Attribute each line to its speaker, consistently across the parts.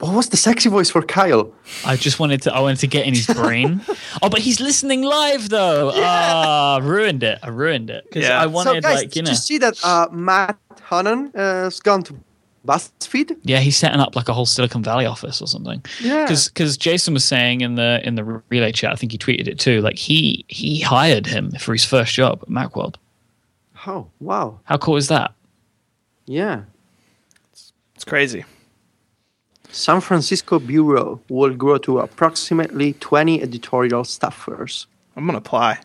Speaker 1: what's the sexy voice for Kyle?
Speaker 2: I just wanted to. I wanted to get in his brain. oh, but he's listening live though. Ah, ruined it. I ruined it because
Speaker 1: Yeah.
Speaker 2: I
Speaker 1: So,
Speaker 2: wanted
Speaker 1: so guys,
Speaker 2: like you
Speaker 1: did
Speaker 2: know.
Speaker 1: you see that uh, Matt Hannon uh, has gone to BuzzFeed?
Speaker 2: Yeah, he's setting up like a whole Silicon Valley office or something.
Speaker 1: Yeah.
Speaker 2: because Jason was saying in the in the relay chat, I think he tweeted it too. Like he he hired him for his first job at Macworld.
Speaker 1: Oh wow!
Speaker 2: How cool is that?
Speaker 1: Yeah,
Speaker 3: It's crazy.
Speaker 1: San Francisco bureau will grow to approximately 20 editorial staffers.
Speaker 3: I'm gonna apply.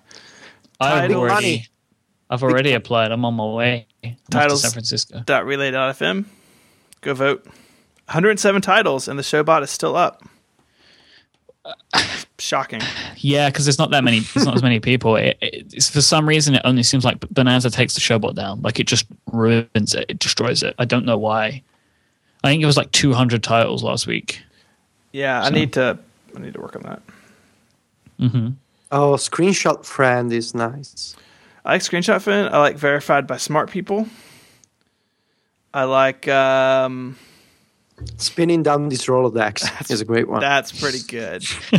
Speaker 2: I've
Speaker 3: Tidal
Speaker 2: already
Speaker 1: money.
Speaker 2: I've already applied. I'm on my way. I'm off to
Speaker 3: Titles.
Speaker 2: San Francisco.
Speaker 3: Dot relay.fm. Go vote. 107 titles, and the showbot is still up. Shocking.
Speaker 2: Yeah, because there's not that many. There's not as many people. It, it- it's for some reason it only seems like Bonanza takes the showbot down. Like it just ruins it. It destroys it. I don't know why. I think it was like 200 titles last week.
Speaker 3: Yeah, I need to. I need to work on that.
Speaker 1: Oh, screenshot friend is nice.
Speaker 3: I like screenshot fin. I like verified by smart people. I like. um
Speaker 1: Spinning down this Rolodex is a great one.
Speaker 3: That's pretty good.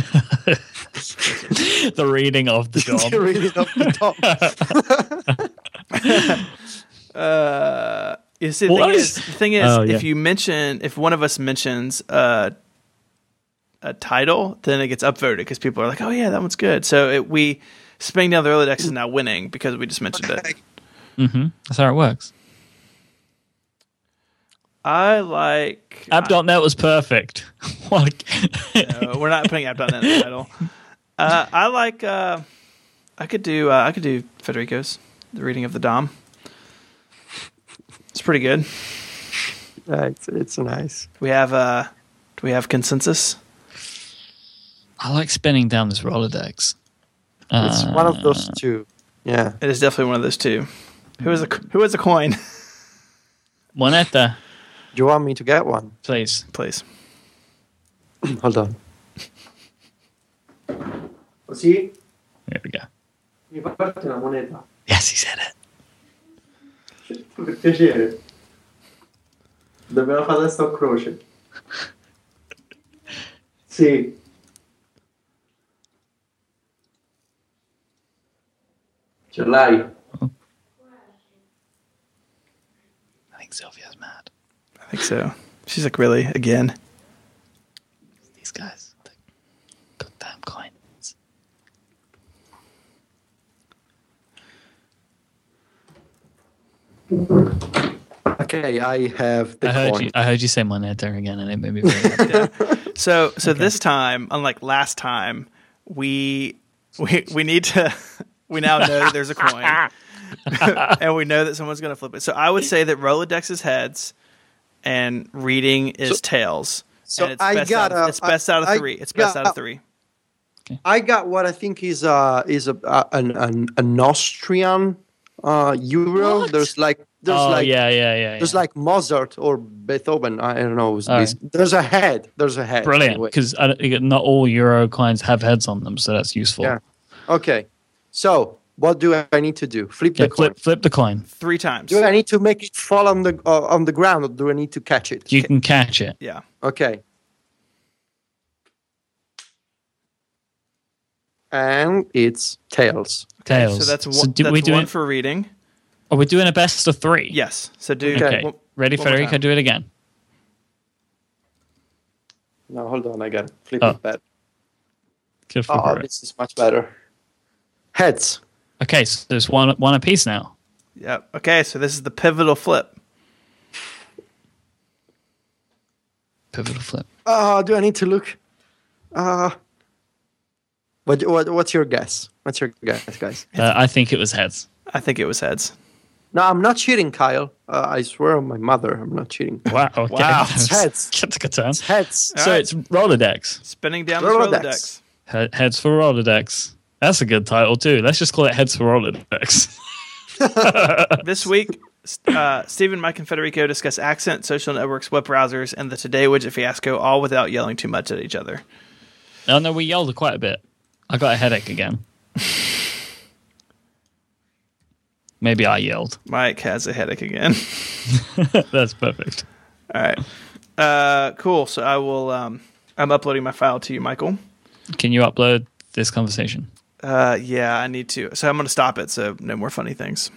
Speaker 2: the reading of the job.
Speaker 1: You read it off the top.
Speaker 3: Uh, you see, the
Speaker 2: What?
Speaker 3: thing is, the thing is
Speaker 2: Oh, yeah.
Speaker 3: if you mention, if one of us mentions uh, a title, then it gets upvoted because people are like, "Oh yeah, that one's good." So it, we spinning down the early decks is now winning because we just mentioned it.
Speaker 2: That's how it works.
Speaker 3: I like.
Speaker 2: App.net was perfect. like,
Speaker 3: No, we're not putting app.net in the title. Uh, I like. Uh, I could do. Uh, I could do Federico's the reading of the Dom. It's pretty good.
Speaker 1: Yeah, it's, it's nice.
Speaker 3: We have. Uh, do we have consensus?
Speaker 2: I like spinning down this Rolodex. Uh,
Speaker 1: It's one of those two. Yeah.
Speaker 3: It is definitely one of those two. Who is the Who is the coin?
Speaker 2: Moneta,
Speaker 1: Do you want me to get one?
Speaker 2: please.
Speaker 3: Please.
Speaker 1: Hold on. Così
Speaker 2: There we go.
Speaker 1: mi parte una moneta.
Speaker 2: Yes, he said it.
Speaker 1: Per piacere. Dobbiamo fare adesso a croce. Sì. Ce l'hai?
Speaker 2: I think Sylvia's mad.
Speaker 3: I think so. She's like, really? Again?
Speaker 2: These guys, the goddamn coins.
Speaker 1: Okay, I have the
Speaker 2: I heard
Speaker 1: coin.
Speaker 2: you. I heard you say Moneta again, and it made me. Very happy.
Speaker 3: So, so this time, unlike last time, we we we need to. We now know that there's a coin, and we know that someone's going to flip it. So I would say that Rolodex is heads, and reading is tails.
Speaker 1: so
Speaker 3: and it's
Speaker 1: I
Speaker 3: best
Speaker 1: got
Speaker 3: out of,
Speaker 1: a-
Speaker 3: it's best out
Speaker 1: I-
Speaker 3: of three. It's best
Speaker 1: yeah,
Speaker 3: out
Speaker 1: uh,
Speaker 3: of three.
Speaker 1: I got what I think is uh is a, a an, an an Austrian uh euro.
Speaker 2: What?
Speaker 1: There's like there's
Speaker 2: oh
Speaker 1: like
Speaker 2: yeah, yeah, yeah.
Speaker 1: There's
Speaker 2: yeah.
Speaker 1: like Mozart or Beethoven. I don't know. who's
Speaker 2: All
Speaker 1: this- There's a head. There's a head.
Speaker 2: brilliant
Speaker 1: anyway.
Speaker 2: because not all Euro coins have heads on them, so that's useful.
Speaker 1: Yeah. Okay. So what do I need to do? Flip
Speaker 2: Yeah,
Speaker 1: the coin.
Speaker 2: flip, flip the coin.
Speaker 3: Three times.
Speaker 1: Do I need to make it fall on the uh, on the ground, or do I need to catch it?
Speaker 2: You can catch it.
Speaker 3: Yeah.
Speaker 1: Okay. And it's tails.
Speaker 2: Tails.
Speaker 3: So that's one.
Speaker 2: So do-
Speaker 3: that's
Speaker 2: we doing,
Speaker 3: one for reading.
Speaker 2: Are we doing a best of three?
Speaker 3: Yes. So do.
Speaker 1: Okay.
Speaker 2: Okay.
Speaker 3: one-
Speaker 2: Ready,
Speaker 3: one more
Speaker 2: Federico?
Speaker 3: time.
Speaker 2: Do it again.
Speaker 1: No, hold on. I got to flip
Speaker 2: Oh.
Speaker 1: it back.
Speaker 2: Good for
Speaker 1: Oh,
Speaker 2: her.
Speaker 1: this is much better. Heads.
Speaker 2: Okay, so there's one one apiece now.
Speaker 3: Yep. Okay. So this is the pivotal flip.
Speaker 2: Pivotal flip.
Speaker 1: Oh, do I need to look? Uh, what, what, what's your guess? What's your guess, guys?
Speaker 2: Uh, I think it was heads.
Speaker 3: I think it was heads.
Speaker 1: No, I'm not cheating, Kyle. Uh, I swear on my mother, I'm not cheating.
Speaker 2: Wow. Okay.
Speaker 3: Wow.
Speaker 2: That's-
Speaker 1: Heads.
Speaker 2: that's a good turn.
Speaker 1: It's heads.
Speaker 2: So it's Rolodex.
Speaker 3: Spinning down
Speaker 1: Rolodex.
Speaker 3: the Rolodex.
Speaker 2: He- Heads for Rolodex. That's a good title too. Let's just call it Heads for Rolodex.
Speaker 3: This week, s- uh, Stephen, Mike, and Federico discuss accent, social networks, web browsers, and the Today widget fiasco, all without yelling too much at each other.
Speaker 2: oh no, we yelled quite a bit. I got a headache again. Maybe I yelled.
Speaker 3: Mike has a headache again.
Speaker 2: that's perfect.
Speaker 3: all right. Uh, cool. So I will. Um, I'm uploading my file to you, Michael.
Speaker 2: Can you upload this conversation?
Speaker 3: Uh, yeah, I need to. So I'm going to stop it. So no more funny things.